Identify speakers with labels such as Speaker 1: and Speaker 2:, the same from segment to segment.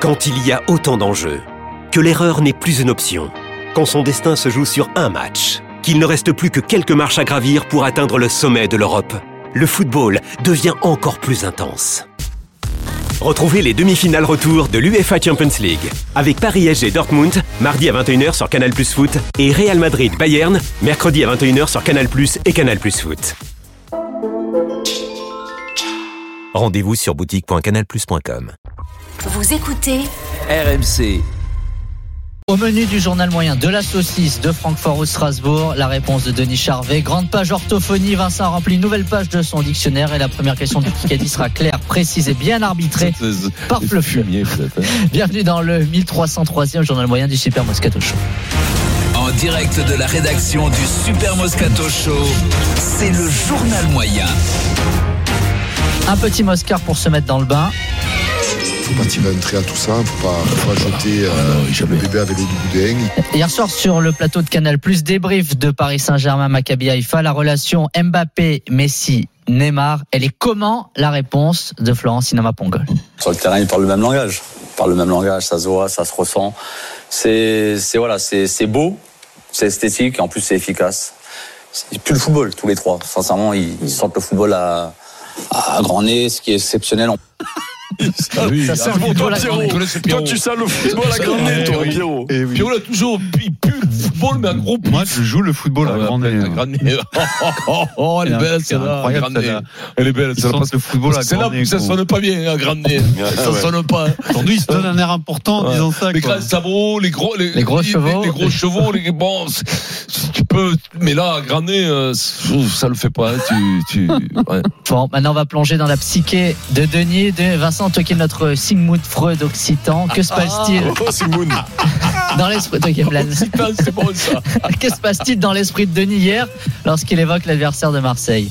Speaker 1: Quand il y a autant d'enjeux, que l'erreur n'est plus une option, quand son destin se joue sur un match, qu'il ne reste plus que quelques marches à gravir pour atteindre le sommet de l'Europe, le football devient encore plus intense. Retrouvez les demi-finales retour de l'UEFA Champions League avec Paris SG Dortmund mardi à 21h sur Canal Plus Foot et Real Madrid Bayern mercredi à 21h sur Canal Plus et Canal Plus Foot. Rendez-vous sur boutique.canalplus.com.
Speaker 2: Vous écoutez
Speaker 3: RMC.
Speaker 4: Au menu du journal moyen de la saucisse de Francfort au Strasbourg, la réponse de Denis Charvet, grande page orthophonie, Vincent remplit une nouvelle page de son dictionnaire et la première question du Kikadi sera claire, précise et bien arbitrée par le fumier. Bienvenue dans le 1303e journal moyen du Super Moscato Show.
Speaker 3: En direct de la rédaction du Super Moscato Show, c'est le journal moyen.
Speaker 4: Un petit Moscar pour se mettre dans le bain.
Speaker 5: faut pas t'inventer à tout ça, faut pas, faut pas jeter
Speaker 6: Ah
Speaker 5: euh, le bébé avec l'eau du boudin.
Speaker 4: Hier soir sur le plateau de Canal Plus débrief de Paris Saint-Germain Maccabi Haïfa, la relation Mbappé Messi Neymar, elle est comment la réponse de Florence Sinama Pongol
Speaker 7: Sur le terrain, ils parlent le même langage. Ils parlent le même langage, ça se voit, ça se ressent. C'est c'est- voilà, c'est c'est beau, c'est esthétique, et en plus c'est efficace. Ils puent le football, tous les trois. Sincèrement, ils,
Speaker 6: Mm.
Speaker 7: ils sentent le football à, à grand nez, ce qui est exceptionnel.
Speaker 4: Ça sert
Speaker 6: Bon,
Speaker 4: plutôt
Speaker 6: toi,
Speaker 4: la
Speaker 6: Pierrot,
Speaker 4: grande-
Speaker 6: toi, tu sens le football à grand nez, toi, Pierrot.
Speaker 8: Eh oui.
Speaker 6: Pierrot, là, toujours, il pue le football, mais un gros pue.
Speaker 8: Moi, je joue le football à
Speaker 6: Ah,
Speaker 8: grand
Speaker 6: ouais,
Speaker 8: nez.
Speaker 6: à grand nez. Oh, oh, oh, elle est
Speaker 8: C'est
Speaker 6: belle,
Speaker 8: c'est
Speaker 6: celle-là,
Speaker 8: incroyable,
Speaker 6: à grand nez.
Speaker 8: celle-là.
Speaker 6: Elle est belle,
Speaker 8: Ils
Speaker 6: celle-là.
Speaker 8: sentent le football à
Speaker 6: C'est là
Speaker 8: grand nez.
Speaker 6: que ça
Speaker 8: gros.
Speaker 6: sonne pas bien, à grand nez. Ça
Speaker 8: ouais.
Speaker 6: sonne pas.
Speaker 8: Aujourd'hui, ils se donnent un air important en disant ça.
Speaker 6: Les
Speaker 8: quoi.
Speaker 6: grands sabots, les gros, les,
Speaker 4: Les gros chevaux.
Speaker 6: les gros chevaux, les bon, c'est- si tu peux, mais là, à grand nez, euh, ça le fait pas. hein, Tu, tu, ouais.
Speaker 4: Bon, maintenant on va plonger dans la psyché de Denis, de Vincent, toi qui es notre Sigmund Freud occitan. Que se passe-t-il
Speaker 6: Oh, c'est Moon.
Speaker 4: dans l'esprit toi qui aimes la-
Speaker 6: Putain, c'est bon ça.
Speaker 4: Que se passe-t-il dans l'esprit de Denis hier lorsqu'il évoque l'adversaire de Marseille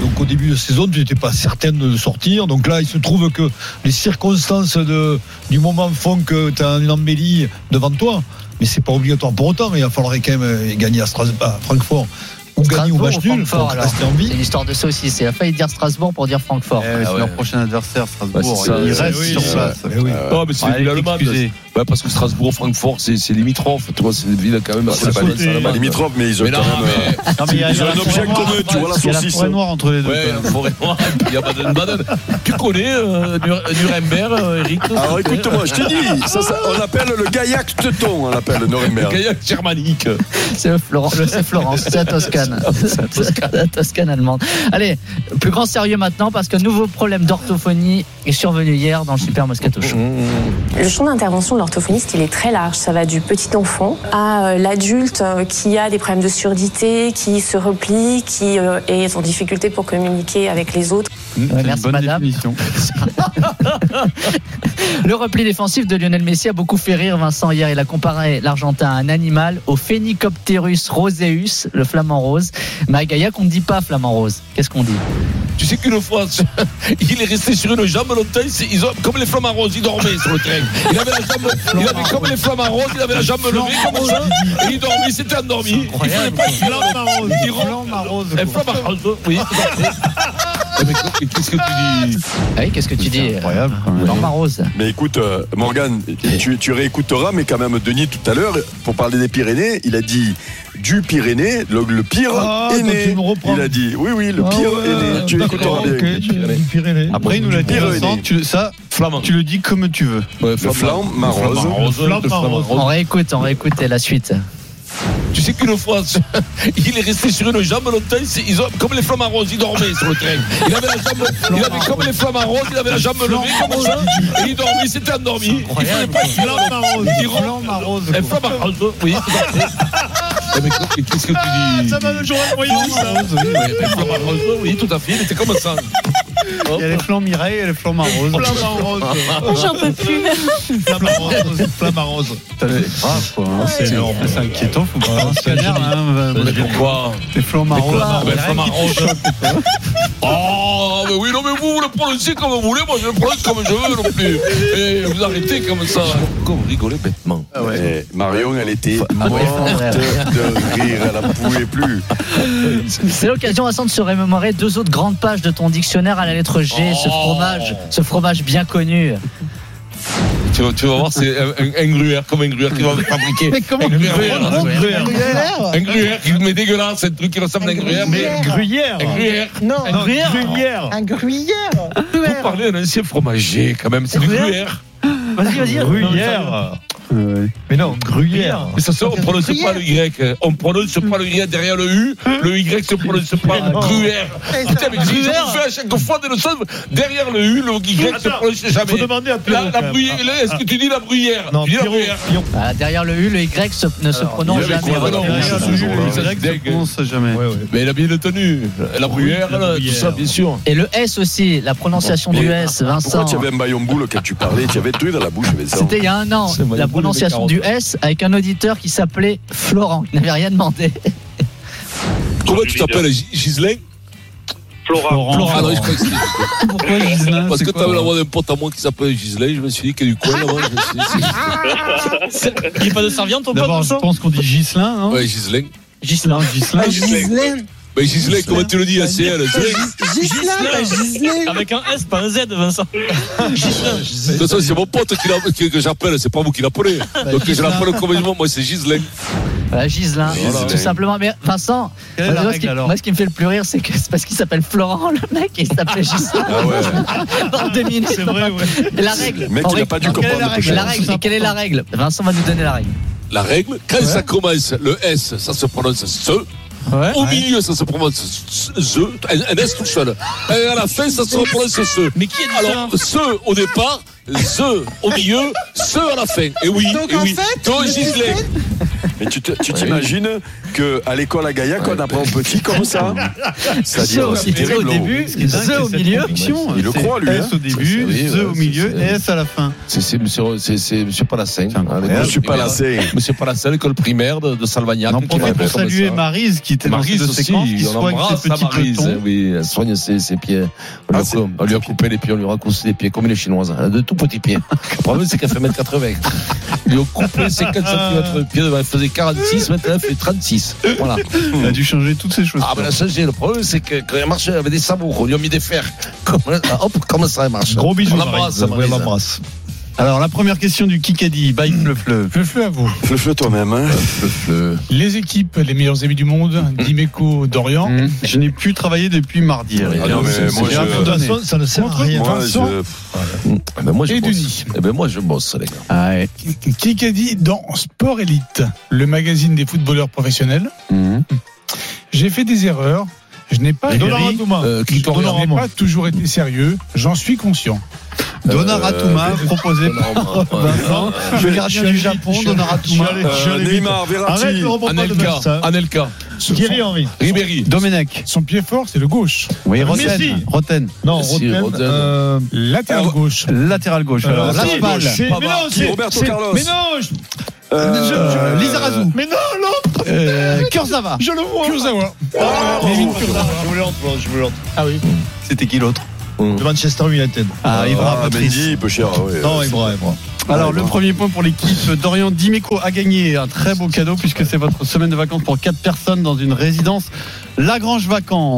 Speaker 9: Donc au début de saison, tu n'étais pas certaine de sortir. Donc là, il se trouve que les circonstances de- du moment font que tu as une embellie devant toi. Mais c'est pas obligatoire pour autant. Il va falloir quand même euh, gagner à, Stras- à Francfort ou gagner au
Speaker 4: Strasbourg
Speaker 9: match
Speaker 4: ou
Speaker 9: nul.
Speaker 4: Francfort,
Speaker 9: Faut
Speaker 4: alors
Speaker 9: rester en vie.
Speaker 4: C'est une histoire de saucisse. Il a failli dire Strasbourg pour dire Francfort.
Speaker 8: Eh oui,
Speaker 6: Ah
Speaker 8: c'est
Speaker 6: ouais.
Speaker 8: leur prochain adversaire,
Speaker 6: Bah,
Speaker 8: Strasbourg.
Speaker 6: c'est ça,
Speaker 8: Ils
Speaker 6: ouais.
Speaker 10: Ah
Speaker 8: restent
Speaker 6: Oui,
Speaker 8: sur
Speaker 6: ouais.
Speaker 8: place. Eh oui.
Speaker 6: Non, mais c'est
Speaker 8: Ah,
Speaker 6: une ville allemande.
Speaker 8: excusez.
Speaker 6: Ouais, parce que Strasbourg, Francfort, c'est c'est limitrophe. Tu vois, c'est une ville quand même. assez
Speaker 8: pas
Speaker 6: loin,
Speaker 8: limite-
Speaker 6: ça, là-bas.
Speaker 8: pas
Speaker 10: hein. limitrophe, mais ils ont
Speaker 6: Mais non,
Speaker 10: quand même. euh,
Speaker 6: mais.
Speaker 8: Non, mais il y a-
Speaker 10: Ils
Speaker 8: il y a
Speaker 10: ont un
Speaker 8: la
Speaker 10: objet
Speaker 8: forêt noire,
Speaker 10: commun, tu vois, la
Speaker 8: Il y a la
Speaker 10: saucisse.
Speaker 8: forêt noire entre les deux.
Speaker 6: Ouais,
Speaker 8: quand même.
Speaker 6: la forêt noire, et puis il y a Baden-Baden. Tu connais euh, Nur- Nuremberg, euh, Eric
Speaker 10: Alors Ah, écoute-moi, je t'ai dit, ça, ça, on appelle le gaillac teuton, on l'appelle
Speaker 6: Le
Speaker 10: Nuremberg.
Speaker 6: kayak germanique.
Speaker 4: C'est Florent- le- c'est Florence, c'est la Toscane. C'est la Toscane allemande. Allez, plus grand sérieux maintenant parce que nouveau problème d'orthophonie est survenu hier dans le Super Moscato Show.
Speaker 11: Le champ d'intervention de l'orthophoniste, il est très large. Ça va du petit enfant à euh, l'adulte euh, qui a des problèmes de surdité, qui se replie, qui euh, est en difficulté pour communiquer avec les autres.
Speaker 8: C'est une
Speaker 4: merci,
Speaker 8: bonne
Speaker 4: madame.
Speaker 8: définition.
Speaker 4: Le repli défensif de Lionel Messi a beaucoup fait rire Vincent hier. Il a comparé l'Argentin à un animal, au Phenicopterus roseus, le flamand rose. Mais à Gaillac, on ne dit pas flamand rose. Qu'est-ce qu'on dit
Speaker 6: Tu sais qu'une fois, il est resté sur une jambe longtemps. c'est- Ils ont, comme les flammes roses, il dormait sur le train. Il avait la jambe, il avait comme les flammes roses, il avait la jambe levée comme ça. Et il dormait, il s'était endormi. Il fallait pas qu'il dorme. Il Eh,
Speaker 8: Roland Marose.
Speaker 6: Un flamme rose, oui. Eh, mais Qu'est-ce que tu dis
Speaker 4: Ah oui, qu'est-ce que tu dis
Speaker 8: Incroyable quand
Speaker 4: euh,
Speaker 8: même.
Speaker 4: Flamand rose.
Speaker 10: Mais écoute, euh, Morgane,
Speaker 8: Eh.
Speaker 10: tu, tu réécouteras, mais quand même, Denis, tout à l'heure, pour parler des Pyrénées, il a dit du Pyrénées, le, le pire
Speaker 9: Ah,
Speaker 10: est
Speaker 9: donc
Speaker 10: né.
Speaker 9: tu me reprends.
Speaker 10: Il a dit, oui, oui, le
Speaker 9: Ah
Speaker 10: pire
Speaker 9: ouais,
Speaker 10: est né. Tu
Speaker 9: d'accord,
Speaker 10: écouteras bien.
Speaker 9: ok, tu- tu dirais les-
Speaker 8: Après, il nous l'a dit,
Speaker 10: Pyrénées.
Speaker 8: Vincent, tu le- ça,
Speaker 6: Flamand.
Speaker 8: tu le dis comme tu veux.
Speaker 6: Ouais,
Speaker 10: Le flamme, ma
Speaker 6: Flamme
Speaker 10: rose.
Speaker 6: rose,
Speaker 8: Le flamme
Speaker 6: le flamme
Speaker 8: rose.
Speaker 6: rose.
Speaker 4: On réécoute, on réécoute et la suite.
Speaker 6: Tu sais qu'une fois, il est resté sur une jambe longtemps. c'est- Ils ont, comme les flammes roses, il dormait sur le train. Il avait la jambe, il avait comme les flammes roses, il avait la jambe levée comme ça. Et il dormait, il s'était endormi. Il fallait pas qu'il dorme. Il roule.
Speaker 8: Roland Marose.
Speaker 6: Un flamme rose, oui. Ah, Eh, Mais qu'est-ce que tu dis
Speaker 8: Ça va le jour à moyen, ça.
Speaker 6: Oui, Un flamme rose, Ah, oui, tout à fait. Il était comme ça.
Speaker 8: Il y a les flancs Mireille et les flancs Marose. Flamand rose.
Speaker 11: Ah, J'en peux plus.
Speaker 8: Flamand rose. C'est grave, quoi. hein. C'est énorme. C'est inquiétant, faut pas. C'est un
Speaker 4: Canard,
Speaker 6: Mais pourquoi
Speaker 8: Les flancs maroses.
Speaker 6: Ah, ben, flamme rose. Oh, mais oui, non, mais vous, vous le prononcez comme vous voulez. Moi, je le prononce comme je veux non plus. Et vous arrêtez comme ça. Pourquoi vous rigolez bêtement
Speaker 10: Eh, Marion, elle était
Speaker 4: ouais,
Speaker 10: morte
Speaker 4: frère.
Speaker 10: de rire, elle n'en pouvait plus.
Speaker 4: C'est l'occasion, Vincent, de se remémorer deux autres grandes pages de ton dictionnaire à la lettre G, ce
Speaker 6: Oh.
Speaker 4: fromage, ce fromage bien connu.
Speaker 6: Tu vas, tu vas voir, c'est un, un, un gruère, comme un gruère qui va fabriquer.
Speaker 12: Mais comment
Speaker 6: un gruère
Speaker 12: un
Speaker 6: Un
Speaker 12: gruère
Speaker 6: gruère Un gruère qui mais dégueulasse, un truc qui ressemble à un gruère. Mais
Speaker 12: gruyère
Speaker 6: Un gruyère
Speaker 12: Non,
Speaker 6: Un gruyère.
Speaker 12: Un gruyère
Speaker 6: Vous parlez d'un ancien fromager, quand même, c'est du
Speaker 12: Gruyère.
Speaker 6: gruère.
Speaker 12: Vas-y, vas-y.
Speaker 8: Gruyère. Mais non, Gruyère.
Speaker 6: Mais ça, ça, on prononce pas le Y. On prononce pas le Y derrière le U. Le Y se
Speaker 8: Hein
Speaker 6: prononce pas Gruère. Putain, mais j'ai
Speaker 8: Gruyère.
Speaker 6: fait à chaque fois des leçons derrière le U, le Y se
Speaker 8: Attends,
Speaker 6: prononce jamais.
Speaker 8: faut demander à Pierrot,
Speaker 6: La,
Speaker 8: quand
Speaker 6: la
Speaker 8: même.
Speaker 6: bruyère, là, est-ce que tu dis la bruyère
Speaker 8: Non,
Speaker 6: Tu dis la
Speaker 8: Pierrot,
Speaker 6: bruyère.
Speaker 4: Ah, derrière le U, le Y se- ne se prononce
Speaker 6: il y avait
Speaker 4: jamais.
Speaker 6: quoi, alors
Speaker 4: Voilà.
Speaker 6: Ce jour-là, c'est dingue.
Speaker 8: jamais.
Speaker 6: Mais il a bien le tenu. La bruyère, là, tout ça, bien sûr.
Speaker 4: Et le S aussi, la prononciation du
Speaker 10: Mais
Speaker 4: S,
Speaker 10: Pourquoi
Speaker 4: Vincent.
Speaker 10: tu avais un baillon boule quand tu parlais Tu avais tout dans la bouche, Vincent.
Speaker 4: C'était il y a un an,
Speaker 10: C'est moi,
Speaker 4: la
Speaker 10: les boules,
Speaker 4: prononciation
Speaker 10: les
Speaker 4: du S avec un auditeur qui s'appelait Florent, qui n'avait rien demandé.
Speaker 6: Comment tu t'appelles, G- Ghislain Florent. Florent. Ah non, je crois que c'est-
Speaker 4: Oh. Pourquoi Ghislain
Speaker 6: Parce
Speaker 4: C'est
Speaker 6: que
Speaker 4: quoi,
Speaker 6: t'avais la voix d'un pote à moi qui s'appelle Gislain, je me suis dit qu'il y a du coin là-bas. je me suis
Speaker 4: Ah,
Speaker 6: dit,
Speaker 8: Il n'est pas de Servian, ton pote Je pense qu'on dit Gislin, non
Speaker 6: Ouais, Gislain.
Speaker 8: Gislin, Gislin.
Speaker 6: Ah, Ghislain. Mais Gislain, comment tu le dis à CL
Speaker 8: Gislin. Avec un S, pas un Z, Vincent.
Speaker 6: De toute façon, c'est mon pote qui l'a- qui- que j'appelle, c'est pas vous qui l'appelez.
Speaker 8: Bah,
Speaker 6: Donc je
Speaker 4: Ghislain.
Speaker 6: l'appelle comme je veux, moi c'est Gislain.
Speaker 4: Voilà, Gislain,
Speaker 6: Gislain.
Speaker 4: tout simplement. Mais Vincent,
Speaker 6: Quelle est
Speaker 4: moi,
Speaker 6: la
Speaker 4: ce
Speaker 6: règle,
Speaker 4: qui-
Speaker 6: alors
Speaker 4: moi, ce qui me fait le plus rire, c'est que c'est parce qu'il s'appelle Florent, le mec, et il s'appelle Gislain.
Speaker 10: Ah ouais.
Speaker 4: Dans deux minutes.
Speaker 10: C'est vrai, ouais.
Speaker 4: Et La règle.
Speaker 10: Le mec,
Speaker 4: en
Speaker 10: il a
Speaker 4: règle-
Speaker 10: pas dû
Speaker 4: quelle est
Speaker 10: comprendre
Speaker 4: la
Speaker 10: le
Speaker 4: règle,
Speaker 10: prochain.
Speaker 4: la règle, Quelle est la règle Vincent va nous donner la règle.
Speaker 6: La règle, quand ça commence, le S, ça se prononce SE. Au milieu, ça se prononce s- ZE, un un S tout seul. Et à la fin, ça se prononce SE. Mais qui
Speaker 8: a dit
Speaker 6: Alors, SE au départ, ZE au milieu, SE à la fin. Et oui,
Speaker 12: Donc,
Speaker 6: et
Speaker 12: en
Speaker 6: oui.
Speaker 12: fait,
Speaker 6: Donc,
Speaker 12: le
Speaker 6: Gislain.
Speaker 10: Mais tu te- tu t'imagines qu'à l'école à Gaillac, on apprend aux petits comme ça
Speaker 8: Ça,
Speaker 10: C'est-à-dire,
Speaker 8: au
Speaker 10: c'est terrible.
Speaker 8: début, ce qui est dingue, c'est cette conviction.
Speaker 10: Il le
Speaker 8: C'est
Speaker 10: croit, lui.
Speaker 8: S au début, Z au milieu et S à la fin.
Speaker 6: C'est c'est monsieur, c'est- c'est monsieur Palacin. hein, Monsieur
Speaker 10: Palacin.
Speaker 6: Monsieur Palacin, l'école primaire de, de Salvagnac.
Speaker 8: On profite pour saluer Marise qui était dans
Speaker 6: Maryse
Speaker 8: cette
Speaker 6: aussi,
Speaker 8: séquence, qui
Speaker 6: on
Speaker 8: soigne
Speaker 6: embrasse
Speaker 8: ses petits
Speaker 6: la Maryse,
Speaker 8: petons.
Speaker 6: Oui, elle soigne ses, ses pieds. On, lui a, cou- on lui a coupé les pieds, on lui a raccourci les pieds, comme les Chinoises. Elle a de tout petits pieds. Le problème, c'est qu'elle fait 1m80. Ils lui ont coupé ses 4
Speaker 8: Ah.
Speaker 6: cm de pieds, elle faisait 46, maintenant elle fait 36. Voilà.
Speaker 8: Elle a dû changer toutes ces choses.
Speaker 6: Ah, mais la changé. Le problème, c'est que quand elle marchait, elle avait des sabots. On lui a mis des fers. Comme, hop, comme ça, elle marche.
Speaker 8: Gros bisous,
Speaker 6: On l'embrasse,
Speaker 8: Maryse. Ouais,
Speaker 6: Maryse.
Speaker 8: on l'embrasse. Alors, la première question du Kikadi, by Fleu-Fleu. Fleu-Fleu à vous.
Speaker 10: Fleu-fleu toi-même. hein.
Speaker 8: Les équipes, les meilleurs amis du monde, d'Imeco, d'Orient. Je n'ai plus travaillé depuis mardi.
Speaker 10: Ah non, mais moi, je-
Speaker 8: De toute façon, ça ne sert à rien.
Speaker 10: Moi,
Speaker 8: Vincent
Speaker 10: je-
Speaker 6: Eh ben, moi, je
Speaker 8: Et
Speaker 6: bosse.
Speaker 8: Denis.
Speaker 6: Eh ben, moi, je bosse, les gars.
Speaker 13: Kikadi dans Sport Elite, le magazine des footballeurs professionnels. J'ai fait des erreurs. Je n'ai pas,
Speaker 8: Et Donnarumma.
Speaker 13: Donnarumma.
Speaker 8: Euh,
Speaker 13: Je n'ai
Speaker 8: Donnarumma.
Speaker 13: pas toujours été sérieux. J'en suis conscient.
Speaker 10: euh,
Speaker 8: Donnarumma, proposé
Speaker 6: par
Speaker 8: Vincent, le gardien du Japon, Donnarumma. Euh,
Speaker 10: Neymar, Verratti,
Speaker 8: Arrête, Laurent, pourquoi de
Speaker 6: Anelka,
Speaker 8: faire ça
Speaker 6: Anelka,
Speaker 8: Thierry Henry.
Speaker 6: Ribéry.
Speaker 8: Domenech.
Speaker 13: Son pied fort, c'est le gauche.
Speaker 8: Oui,
Speaker 13: Messi.
Speaker 8: Roten. Roten. Non,
Speaker 6: Si,
Speaker 8: Roten.
Speaker 6: Roten.
Speaker 8: euh,
Speaker 13: Latéral gauche.
Speaker 8: Latéral gauche.
Speaker 13: Euh,
Speaker 8: Alors,
Speaker 13: si,
Speaker 8: Laspal.
Speaker 13: gauche. C'est- mais non, c'est-
Speaker 10: Roberto
Speaker 13: c'est-
Speaker 10: Carlos.
Speaker 13: Mais non, je-
Speaker 8: Euh,
Speaker 10: Euh,
Speaker 8: Lizarazu.
Speaker 13: mais non, l'autre.
Speaker 8: Euh, Kurzawa.
Speaker 13: Je le vois. Kurzawa. Kevin Kurzawa.
Speaker 8: Ah, Je voulais entendre, je voulais entendre.
Speaker 13: Ah oui. Hum.
Speaker 8: C'était qui l'autre
Speaker 10: De
Speaker 8: Manchester United. Ah, Ibra,
Speaker 10: Ah,
Speaker 8: Patrice.
Speaker 10: Mendy, peu cher. ouais.
Speaker 8: Non, Ibra, Ibra. Alors, le premier point pour l'équipe d'Orient Dimeco a gagné un très beau cadeau puisque c'est votre semaine de vacances pour 4 personnes dans une résidence Lagrange Vacances.